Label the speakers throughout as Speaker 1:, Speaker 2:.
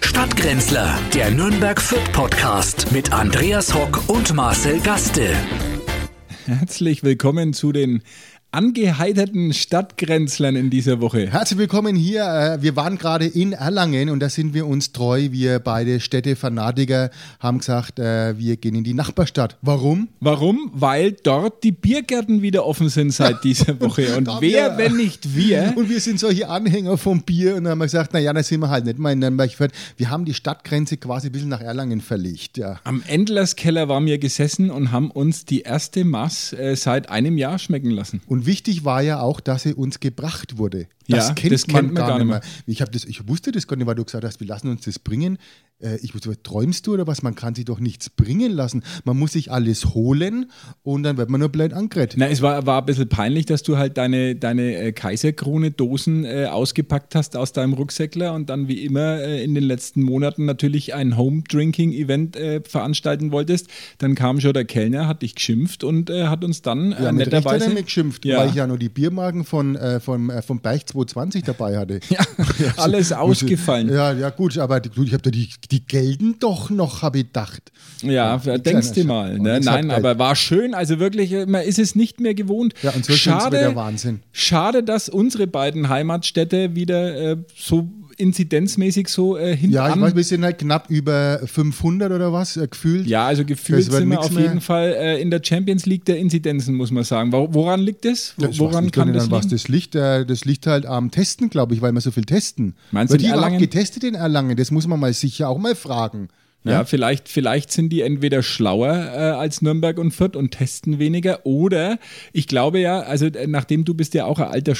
Speaker 1: Stadtgrenzler, der Nürnberg Fit Podcast mit Andreas Hock und Marcel Gaste.
Speaker 2: Herzlich willkommen zu den angeheiterten Stadtgrenzlern in dieser Woche.
Speaker 3: Herzlich willkommen hier. äh, Wir waren gerade in Erlangen und da sind wir uns treu. Wir beide Städtefanatiker haben gesagt, äh, wir gehen in die Nachbarstadt. Warum?
Speaker 2: Warum? Weil dort die Biergärten wieder offen sind seit dieser Woche. Und
Speaker 3: Da
Speaker 2: wer,
Speaker 3: wir-
Speaker 2: wenn nicht wir?
Speaker 3: Und wir sind solche Anhänger vom Bier und dann haben wir gesagt, naja, da sind wir halt nicht mal in Nürnberg. Wir haben die Stadtgrenze quasi ein bisschen nach Erlangen verlegt. Ja.
Speaker 2: Am Endlerskeller waren wir gesessen und haben uns die erste Maß äh, seit einem Jahr schmecken lassen.
Speaker 3: Und wichtig war ja auch, dass sie uns gebracht wurde.
Speaker 2: Ja, das kennt man gar nicht mehr.
Speaker 3: Ich, hab das, ich wusste das gar nicht, weil du gesagt hast, wir lassen uns das bringen. Äh, Ich wusste, träumst du oder was? Man kann sich doch nichts bringen lassen. Man muss sich alles holen und dann wird man nur blöd angeredet.
Speaker 2: Na, es war, war ein bisschen peinlich, dass du halt deine, deine äh, Kaiserkrone-Dosen äh, ausgepackt hast aus deinem Rucksäckler und dann wie immer äh, in den letzten Monaten natürlich ein Home-Drinking-Event äh, veranstalten wolltest. Dann kam schon der Kellner, hat dich geschimpft und äh, hat uns dann äh,
Speaker 3: Ja, mit Recht hat er
Speaker 2: netterweise...
Speaker 3: mich geschimpft,
Speaker 2: Ja.
Speaker 3: weil ich ja nur die Biermarken von, äh, vom, äh, vom Beich 220 dabei hatte. Also,
Speaker 2: Ja, alles ausgefallen.
Speaker 3: Ja, ja gut, aber die, du, ich habe da die, die gelten doch noch, habe ich gedacht.
Speaker 2: Ja, denkst du
Speaker 3: Schatten.
Speaker 2: mal.
Speaker 3: Und
Speaker 2: Ne?
Speaker 3: jetzt
Speaker 2: Nein,
Speaker 3: hat halt-
Speaker 2: aber war schön. Also wirklich, äh, man ist es nicht mehr gewohnt.
Speaker 3: Ja, und so schön's wieder Wahnsinn.
Speaker 2: Schade, dass unsere beiden Heimatstädte wieder äh, so inzidenzmäßig so äh, hinten
Speaker 3: Ja, ich weiß, wir sind halt knapp über 500 oder was äh, gefühlt.
Speaker 2: Ja, also gefühlt
Speaker 3: Das wird
Speaker 2: sind wir
Speaker 3: nix
Speaker 2: auf
Speaker 3: mehr.
Speaker 2: jeden Fall äh, in der Champions League der Inzidenzen, muss man sagen. Wo- Woran liegt das? Wo-
Speaker 3: Ja, ich weiß
Speaker 2: Woran
Speaker 3: nicht,
Speaker 2: kann
Speaker 3: Daniel,
Speaker 2: das
Speaker 3: an was
Speaker 2: liegen?
Speaker 3: das liegt. Äh, Das liegt halt am Testen, glaube ich, weil wir so viel testen.
Speaker 2: Meinst
Speaker 3: Wird
Speaker 2: du, in
Speaker 3: die überhaupt
Speaker 2: Erlangen?
Speaker 3: getestet in Erlangen? Das muss man mal sicher auch mal fragen.
Speaker 2: Ja, vielleicht, vielleicht sind die entweder schlauer äh, als Nürnberg und Fürth und testen weniger. Oder ich glaube ja, also äh, nachdem du bist ja auch ein alter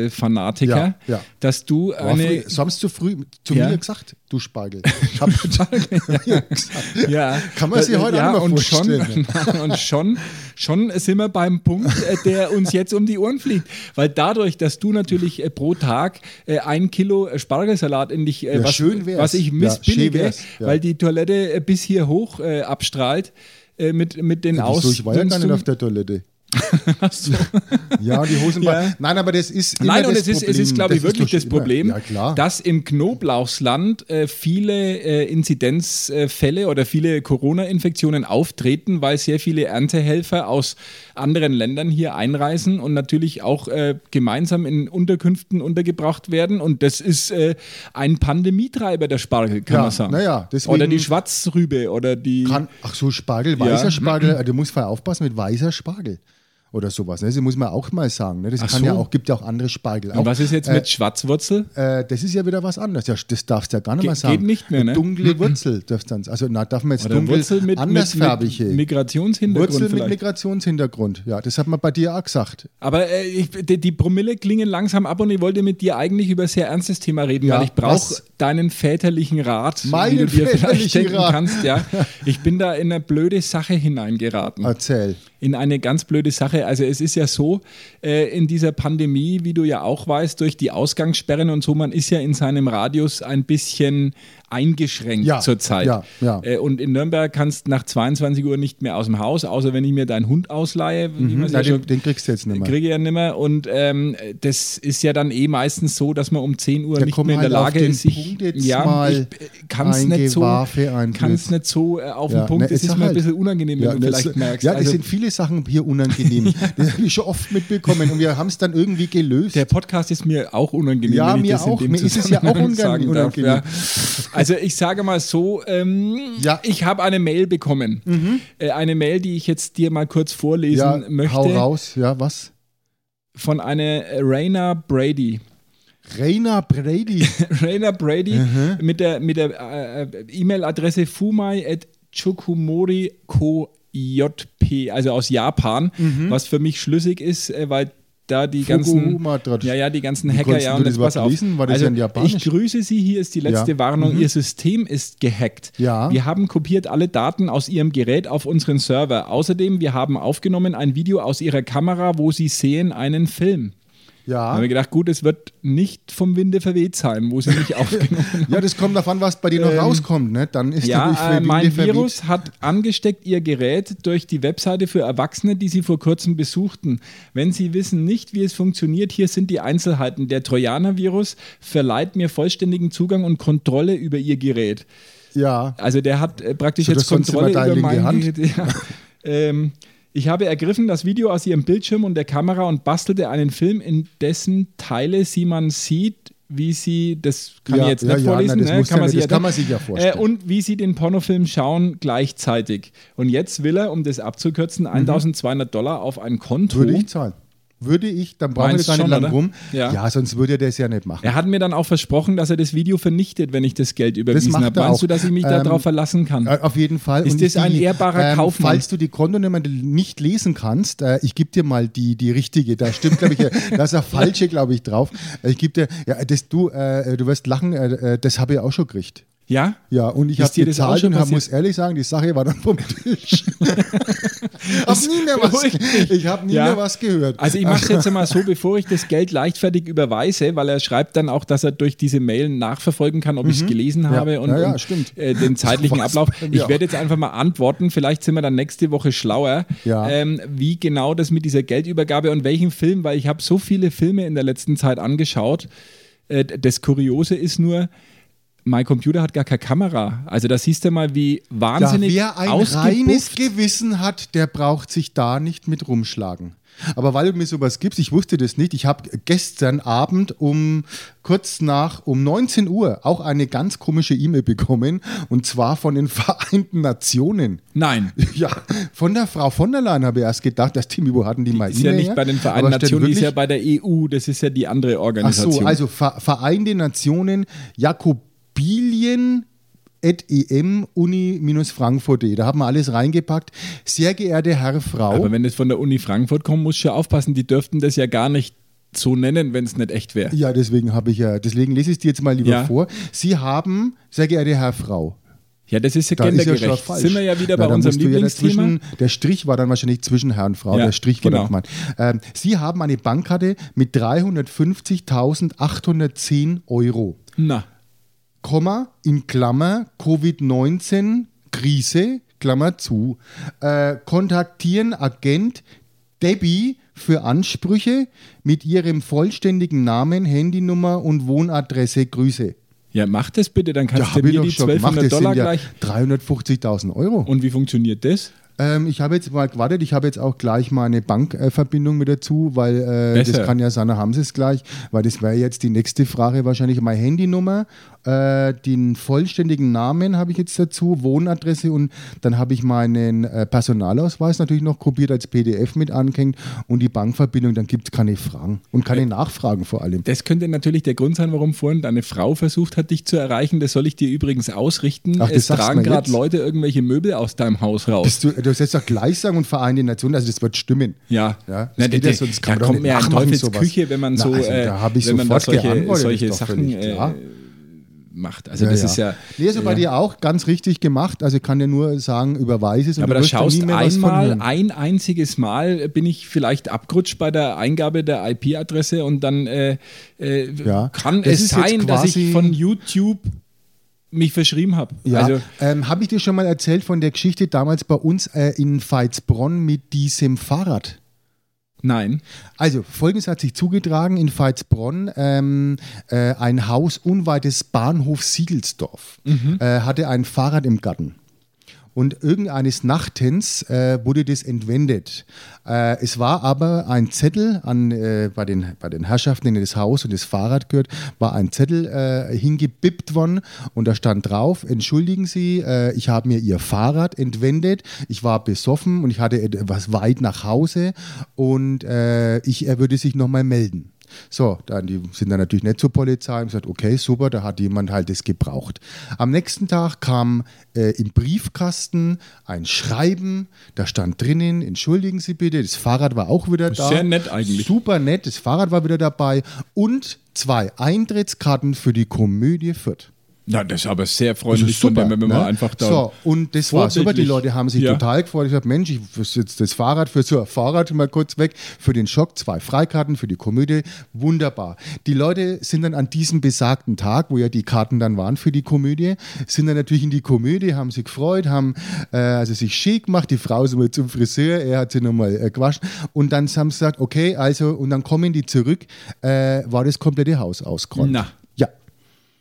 Speaker 2: Spargel-Fanatiker,
Speaker 3: Ja, ja.
Speaker 2: dass du
Speaker 3: Boah,
Speaker 2: eine.
Speaker 3: früh- Samst du früh zu
Speaker 2: Ja.
Speaker 3: mir gesagt, du Spargel. Ich hab ja. gesagt.
Speaker 2: Ja,
Speaker 3: Kann man sich
Speaker 2: Äh,
Speaker 3: heute
Speaker 2: ja,
Speaker 3: auch noch mal
Speaker 2: und
Speaker 3: vorstellen. ne?
Speaker 2: Schon, und schon, schon sind wir beim Punkt, äh, der uns jetzt um die Ohren fliegt. Weil dadurch, dass du natürlich äh, pro Tag äh, ein Kilo äh, Spargelsalat in dich, äh,
Speaker 3: Ja,
Speaker 2: was,
Speaker 3: schön wär's.
Speaker 2: was ich
Speaker 3: Ja,
Speaker 2: missbillige,
Speaker 3: schön wär's, ja.
Speaker 2: weil die Toilette äh, bis hier hoch äh, abstrahlt. äh, Mit, mit den
Speaker 3: Ja,
Speaker 2: Aus.
Speaker 3: Wieso? Ich war ja gar nicht auf der Toilette. Ja, die Hosen.
Speaker 2: Ja.
Speaker 3: Nein, aber das ist. Immer
Speaker 2: Nein, und
Speaker 3: das
Speaker 2: es ist, es ist,
Speaker 3: Problem.
Speaker 2: glaube ich,
Speaker 3: Das ist
Speaker 2: wirklich
Speaker 3: doch schon
Speaker 2: das Problem,
Speaker 3: Immer. Ja, klar.
Speaker 2: dass im Knoblauchsland äh, viele äh, Inzidenzfälle oder viele Corona-Infektionen auftreten, weil sehr viele Erntehelfer aus anderen Ländern hier einreisen und natürlich auch äh, gemeinsam in Unterkünften untergebracht werden. Und das ist äh, ein Pandemietreiber, der Spargel, kann
Speaker 3: Ja,
Speaker 2: man sagen.
Speaker 3: na ja, deswegen-
Speaker 2: oder die Schwarzrübe oder die.
Speaker 3: Kann, Hm. ach so, Spargel, weißer
Speaker 2: Ja. Mhm.
Speaker 3: Spargel. äh, Du musst vorher aufpassen mit weißer Spargel. Oder sowas. Ne? Das muss man auch mal sagen. Ne? Das
Speaker 2: Ach
Speaker 3: kann
Speaker 2: so.
Speaker 3: ja auch, gibt ja auch andere Spargel. Auch,
Speaker 2: und was ist jetzt mit Schwarzwurzel?
Speaker 3: Äh, das ist ja wieder was anderes. Ja, das darfst du ja gar nicht
Speaker 2: Ge-
Speaker 3: mal sagen.
Speaker 2: geht nicht mehr, ne?
Speaker 3: Dunkle Wurzel darfst dann. Also, na, darf man jetzt
Speaker 2: Oder
Speaker 3: dunkel
Speaker 2: Wurzel mit, mit,
Speaker 3: andersfärbige.
Speaker 2: mit Migrationshintergrund
Speaker 3: Wurzel mit
Speaker 2: vielleicht?
Speaker 3: Migrationshintergrund. Ja, das hat man bei dir auch gesagt.
Speaker 2: Aber äh, ich, die, die Promille klingen langsam ab und ich wollte mit dir eigentlich über ein sehr ernstes Thema reden,
Speaker 3: Ja,
Speaker 2: weil ich brauche
Speaker 3: was?
Speaker 2: deinen väterlichen Rat,
Speaker 3: Meinen
Speaker 2: du dir vielleicht
Speaker 3: väterlichen
Speaker 2: denken
Speaker 3: Rat.
Speaker 2: kannst. Ja. Ich bin da in eine blöde Sache hineingeraten
Speaker 3: Erzähl.
Speaker 2: in eine ganz blöde Sache. Also es ist ja so, äh, in dieser Pandemie, wie du ja auch weißt, durch die Ausgangssperren und so, man ist ja in seinem Radius ein bisschen eingeschränkt
Speaker 3: Ja,
Speaker 2: zurzeit.
Speaker 3: ja, ja.
Speaker 2: Äh, und in Nürnberg kannst nach 22 Uhr nicht mehr aus dem Haus, außer wenn ich mir deinen Hund ausleihe. wie man's
Speaker 3: Mhm. Na,
Speaker 2: ja
Speaker 3: den,
Speaker 2: Also schon-
Speaker 3: den kriegst du jetzt nicht mehr.
Speaker 2: Kriege ich ja nimmer. Und ähm, das ist ja dann eh meistens so, dass man um 10 Uhr
Speaker 3: Ja,
Speaker 2: nicht
Speaker 3: komm
Speaker 2: mehr in der
Speaker 3: halt auf
Speaker 2: Lage
Speaker 3: den
Speaker 2: ist. Ich,
Speaker 3: Punkt jetzt
Speaker 2: ja,
Speaker 3: mal
Speaker 2: ich kann es nicht so,
Speaker 3: eingewafe ein
Speaker 2: kann's
Speaker 3: Blitz.
Speaker 2: nicht so äh, auf den
Speaker 3: Ja,
Speaker 2: Punkt.
Speaker 3: ne,
Speaker 2: Es ist
Speaker 3: ja
Speaker 2: mir ein
Speaker 3: halt.
Speaker 2: bisschen unangenehm,
Speaker 3: ja,
Speaker 2: wenn du
Speaker 3: das-
Speaker 2: vielleicht merkst.
Speaker 3: Ja, das
Speaker 2: Also-
Speaker 3: sind viele Sachen hier unangenehm. das habe ich schon oft mitbekommen und wir haben es dann irgendwie gelöst.
Speaker 2: Der Podcast ist mir auch unangenehm.
Speaker 3: Ja,
Speaker 2: wenn ich
Speaker 3: mir
Speaker 2: das in
Speaker 3: auch.
Speaker 2: dem
Speaker 3: Mir ist es ja auch
Speaker 2: Zusammenhang
Speaker 3: unangenehm-
Speaker 2: sagen darf,
Speaker 3: unangenehm.
Speaker 2: ja. Also ich sage mal so, ähm,
Speaker 3: Ja. Mhm.
Speaker 2: ich habe eine Mail bekommen. Äh, eine Mail, die ich jetzt dir mal kurz vorlesen
Speaker 3: ja,
Speaker 2: möchte.
Speaker 3: hau raus. Ja, was?
Speaker 2: Von einer Raina Brady.
Speaker 3: Rainer Brady.
Speaker 2: Rainer Brady
Speaker 3: Mhm.
Speaker 2: mit der, mit der äh, äh, E-Mail-Adresse fumai at chukumori ko jp, also aus Japan,
Speaker 3: Mhm.
Speaker 2: was für mich schlüssig ist, äh, weil da die ganzen,
Speaker 3: Fukuhuma dort.
Speaker 2: ja, ja, die ganzen
Speaker 3: Wie
Speaker 2: Hacker,
Speaker 3: konntest
Speaker 2: ja,
Speaker 3: du
Speaker 2: und
Speaker 3: das
Speaker 2: jetzt pass
Speaker 3: überhaupt
Speaker 2: auf.
Speaker 3: lesen? War das
Speaker 2: also,
Speaker 3: ja in Japanisch?
Speaker 2: ich grüße Sie, hier ist die letzte
Speaker 3: Ja. Mhm.
Speaker 2: Warnung, Ihr System ist gehackt.
Speaker 3: Ja.
Speaker 2: Wir haben kopiert alle Daten aus Ihrem Gerät auf unseren Server. Außerdem, wir haben aufgenommen ein Video aus Ihrer Kamera, wo Sie sehen einen Film. Da
Speaker 3: Ja.
Speaker 2: haben wir gedacht, gut, es wird nicht vom Winde verweht sein, wo sie nicht aufgenommen haben.
Speaker 3: Ja, das kommt davon, was bei dir noch rauskommt, ne? Dann ist
Speaker 2: Ähm,
Speaker 3: natürlich
Speaker 2: Ja, äh,
Speaker 3: für die
Speaker 2: mein
Speaker 3: verwies-
Speaker 2: Virus hat angesteckt ihr Gerät durch die Webseite für Erwachsene, die sie vor kurzem besuchten. Wenn Sie wissen nicht, wie es funktioniert, hier sind die Einzelheiten. Der Trojaner-Virus verleiht mir vollständigen Zugang und Kontrolle über ihr Gerät.
Speaker 3: Ja.
Speaker 2: Also der hat äh, praktisch
Speaker 3: So,
Speaker 2: jetzt
Speaker 3: das sonst
Speaker 2: Kontrolle
Speaker 3: immer dein
Speaker 2: über
Speaker 3: linke
Speaker 2: mein
Speaker 3: Hand?
Speaker 2: Gerät. Ja. ähm, ich habe ergriffen das Video aus ihrem Bildschirm und der Kamera und bastelte einen Film, in dessen Teile sie man sieht, wie sie, das kann
Speaker 3: Ja,
Speaker 2: ich jetzt
Speaker 3: ja,
Speaker 2: nicht
Speaker 3: ja,
Speaker 2: vorlesen,
Speaker 3: nein, das
Speaker 2: ne?
Speaker 3: muss ja nicht,
Speaker 2: sich
Speaker 3: das kann man sich ja vorstellen.
Speaker 2: Äh, und wie sie den Pornofilm schauen gleichzeitig. Und jetzt will er, um das abzukürzen, 1200 Dollar auf ein Konto.
Speaker 3: Mhm. Würde ich zahlen. Würde ich, dann brauchen wir
Speaker 2: Meinst
Speaker 3: da nicht
Speaker 2: schon,
Speaker 3: lang
Speaker 2: oder?
Speaker 3: rum.
Speaker 2: Ja.
Speaker 3: sonst würde er das ja nicht machen.
Speaker 2: er hat mir dann auch versprochen, dass er das Video vernichtet, wenn ich das Geld überwiesen
Speaker 3: macht
Speaker 2: habe.
Speaker 3: er
Speaker 2: Meinst du,
Speaker 3: auch.
Speaker 2: dass ich mich
Speaker 3: Ähm,
Speaker 2: darauf verlassen kann?
Speaker 3: Äh, Auf jeden Fall. ähm,
Speaker 2: Ist das ein ehrbarer Kaufmann?
Speaker 3: Falls du die Kontonummer nicht lesen kannst, äh, ich gebe dir mal die, die richtige. Da stimmt, glaube ich, äh, da ist eine falsche, glaube ich, drauf. Äh, Ich gebe dir, ja, das, du, äh, du wirst lachen, äh, äh, das habe ich auch schon gekriegt.
Speaker 2: ja?
Speaker 3: Ja, und ich
Speaker 2: Ist
Speaker 3: habe
Speaker 2: dir das auch
Speaker 3: gezahlt
Speaker 2: schon
Speaker 3: und hab,
Speaker 2: passiert?
Speaker 3: muss ehrlich sagen, die Sache war dann vom Tisch. hab nie mehr was,
Speaker 2: beruhigt mich.
Speaker 3: ich habe nie
Speaker 2: Ja.
Speaker 3: mehr was gehört.
Speaker 2: Also ich mache es jetzt mal so, bevor ich das Geld leichtfertig überweise, weil er schreibt dann auch, dass er durch diese Mail nachverfolgen kann, ob ich es gelesen habe und,
Speaker 3: Mhm. Ja, ja,
Speaker 2: und
Speaker 3: stimmt.
Speaker 2: Äh, den zeitlichen
Speaker 3: War's
Speaker 2: Ablauf.
Speaker 3: bei mir
Speaker 2: Ich
Speaker 3: auch.
Speaker 2: werde jetzt einfach mal antworten, vielleicht sind wir dann nächste Woche schlauer,
Speaker 3: Ja.
Speaker 2: ähm, wie genau das mit dieser Geldübergabe und welchen Film, weil ich habe so viele Filme in der letzten Zeit angeschaut. Äh, das Kuriose ist nur, mein Computer hat gar keine Kamera. Also da siehst du mal, wie
Speaker 3: Ja,
Speaker 2: wahnsinnig
Speaker 3: wer ein reines
Speaker 2: ausgebufft.
Speaker 3: Gewissen hat, der braucht sich da nicht mit rumschlagen. Aber weil du mir sowas gibst, ich wusste das nicht. Ich habe gestern Abend um kurz nach um 19 Uhr auch eine ganz komische E-Mail bekommen und zwar von den Vereinten Nationen.
Speaker 2: Nein.
Speaker 3: Ja, von der Frau von der Leyen habe ich erst gedacht, dass Timmy, wo hatten die mal
Speaker 2: Ist ja
Speaker 3: E-Mail
Speaker 2: nicht
Speaker 3: her?
Speaker 2: bei den Vereinten
Speaker 3: Aber steht
Speaker 2: Nationen, die ist ja
Speaker 3: wirklich-
Speaker 2: bei der EU, das ist ja die andere
Speaker 3: Ach
Speaker 2: Organisation.
Speaker 3: so, also Ver Verein der Nationen E Jakobilien uni-frankfurt.de. E. Da haben wir alles reingepackt. Sehr geehrte Herr Frau.
Speaker 2: Aber wenn es von der Uni Frankfurt kommt, musst du ja aufpassen, die dürften das ja gar nicht so nennen, wenn es nicht echt wäre.
Speaker 3: Ja, deswegen habe ich ja, deswegen lese ich es dir jetzt mal lieber
Speaker 2: Ja.
Speaker 3: vor. Sie haben, sehr geehrte Herr Frau,
Speaker 2: Ja, das ist ja
Speaker 3: da ist ja schon
Speaker 2: gendergerecht.
Speaker 3: falsch.
Speaker 2: Sind wir ja wieder
Speaker 3: Na,
Speaker 2: bei
Speaker 3: da
Speaker 2: unserem
Speaker 3: musst du ja
Speaker 2: Lieblingsthema.
Speaker 3: dazwischen- der Strich war dann wahrscheinlich zwischen Herr und Frau.
Speaker 2: Ja,
Speaker 3: der Strich war
Speaker 2: genau.
Speaker 3: dann gemeint. Ähm, Sie haben eine Bankkarte mit 350.810 Euro.
Speaker 2: Na,
Speaker 3: Komma, in Klammer, Covid-19-Krise, Klammer zu. Äh, kontaktieren Agent Debbie für Ansprüche mit ihrem vollständigen Namen, Handynummer und Wohnadresse. Grüße.
Speaker 2: ja, mach das bitte, dann kannst du
Speaker 3: hab
Speaker 2: mir die 1200
Speaker 3: Das
Speaker 2: Dollar
Speaker 3: sind ja
Speaker 2: gleich.
Speaker 3: 350.000 Euro.
Speaker 2: Und wie funktioniert das?
Speaker 3: Ähm, ich habe jetzt mal gewartet, ich habe jetzt auch gleich mal eine Bankverbindung mit dazu, weil äh,
Speaker 2: Besser.
Speaker 3: das kann ja sein, da haben sie es gleich, weil das wäre jetzt die nächste Frage wahrscheinlich meine Handynummer, äh, den vollständigen Namen habe ich jetzt dazu, Wohnadresse und dann habe ich meinen äh, Personalausweis natürlich noch kopiert als PDF mit angehängt und die Bankverbindung, dann gibt es keine Fragen und keine
Speaker 2: Äh.
Speaker 3: Nachfragen vor allem.
Speaker 2: Das könnte natürlich der Grund sein, warum vorhin deine Frau versucht hat, dich zu erreichen. Das soll ich dir übrigens ausrichten.
Speaker 3: Ach, das
Speaker 2: es
Speaker 3: sagst du
Speaker 2: tragen
Speaker 3: mir
Speaker 2: gerade
Speaker 3: jetzt?
Speaker 2: Leute irgendwelche Möbel aus deinem Haus raus.
Speaker 3: Bist du, du sollst doch gleich sagen und Verein der Nationen, also das wird stimmen.
Speaker 2: Ja,
Speaker 3: Ja, das
Speaker 2: Na,
Speaker 3: geht
Speaker 2: der-
Speaker 3: ja sonst
Speaker 2: da
Speaker 3: kann man doch
Speaker 2: kommt
Speaker 3: nicht
Speaker 2: mir ein
Speaker 3: nachmachen,
Speaker 2: Teufels
Speaker 3: sowas.
Speaker 2: Küche, wenn man
Speaker 3: Na,
Speaker 2: so,
Speaker 3: also,
Speaker 2: äh,
Speaker 3: da hab ich
Speaker 2: wenn man da
Speaker 3: sofort
Speaker 2: solche,
Speaker 3: geantwortet,
Speaker 2: solche
Speaker 3: ist doch
Speaker 2: Sachen
Speaker 3: völlig
Speaker 2: äh,
Speaker 3: klar.
Speaker 2: macht. Also das ist ja,
Speaker 3: Nee, so bei dir auch ganz richtig gemacht. Also ich kann dir nur sagen, überweise es und
Speaker 2: aber
Speaker 3: du
Speaker 2: da
Speaker 3: wirst dann
Speaker 2: schaust
Speaker 3: nie mehr was von
Speaker 2: einmal,
Speaker 3: hören.
Speaker 2: ein einziges Mal äh, bin ich vielleicht abgerutscht bei der Eingabe der IP-Adresse und dann äh, äh,
Speaker 3: Ja,
Speaker 2: kann
Speaker 3: das
Speaker 2: es
Speaker 3: ist jetzt
Speaker 2: sein, dass ich
Speaker 3: quasi-
Speaker 2: von YouTube mich verschrieben habe.
Speaker 3: Ja,
Speaker 2: Also
Speaker 3: ähm, habe ich dir schon mal erzählt von der Geschichte damals bei uns äh, in Veitsbronn mit diesem Fahrrad?
Speaker 2: nein.
Speaker 3: Also, folgendes hat sich zugetragen in Veitsbronn. Ähm, äh, ein Haus unweit des Bahnhofs Siegelsdorf
Speaker 2: Mhm.
Speaker 3: äh, hatte ein Fahrrad im Garten. Und irgendeines Nachtens äh, wurde das entwendet. Äh, es war aber ein Zettel an, äh, bei, den, bei den Herrschaften, denen das Haus und das Fahrrad gehört, war ein Zettel äh, hingebippt worden und da stand drauf, entschuldigen Sie, äh, ich habe mir Ihr Fahrrad entwendet, ich war besoffen und ich hatte etwas weit nach Hause und äh, ich, er würde sich nochmal melden. So, dann die sind dann natürlich nicht zur Polizei und gesagt, okay, super, da hat jemand halt das gebraucht. Am nächsten Tag kam äh, im Briefkasten ein Schreiben, da stand drinnen, entschuldigen Sie bitte, das Fahrrad war auch wieder da.
Speaker 2: Sehr nett eigentlich.
Speaker 3: Super nett, das Fahrrad war wieder dabei und zwei Eintrittskarten für die Komödie Fürth.
Speaker 2: Na, das ist aber sehr
Speaker 3: Das
Speaker 2: freundlich von dem, wenn man
Speaker 3: ne?
Speaker 2: mal einfach da.
Speaker 3: So, und das war super. Die
Speaker 2: vorbildlich-
Speaker 3: Leute haben sich
Speaker 2: Ja.
Speaker 3: total gefreut. Ich habe Mensch, ich das ist jetzt das Fahrrad für so ein Fahrrad mal kurz weg, für den Schock, zwei Freikarten für die Komödie. Wunderbar. Die Leute sind dann an diesem besagten Tag, wo ja die Karten dann waren für die Komödie, sind dann natürlich in die Komödie, haben sich gefreut, haben äh, also sich schick gemacht. Die Frau ist mal zum Friseur, er hat sie nochmal äh, gewaschen. Und dann haben sie gesagt, okay, also, und dann kommen die zurück, äh, war das komplette Haus ausgeräumt.
Speaker 2: Na.
Speaker 3: Ja.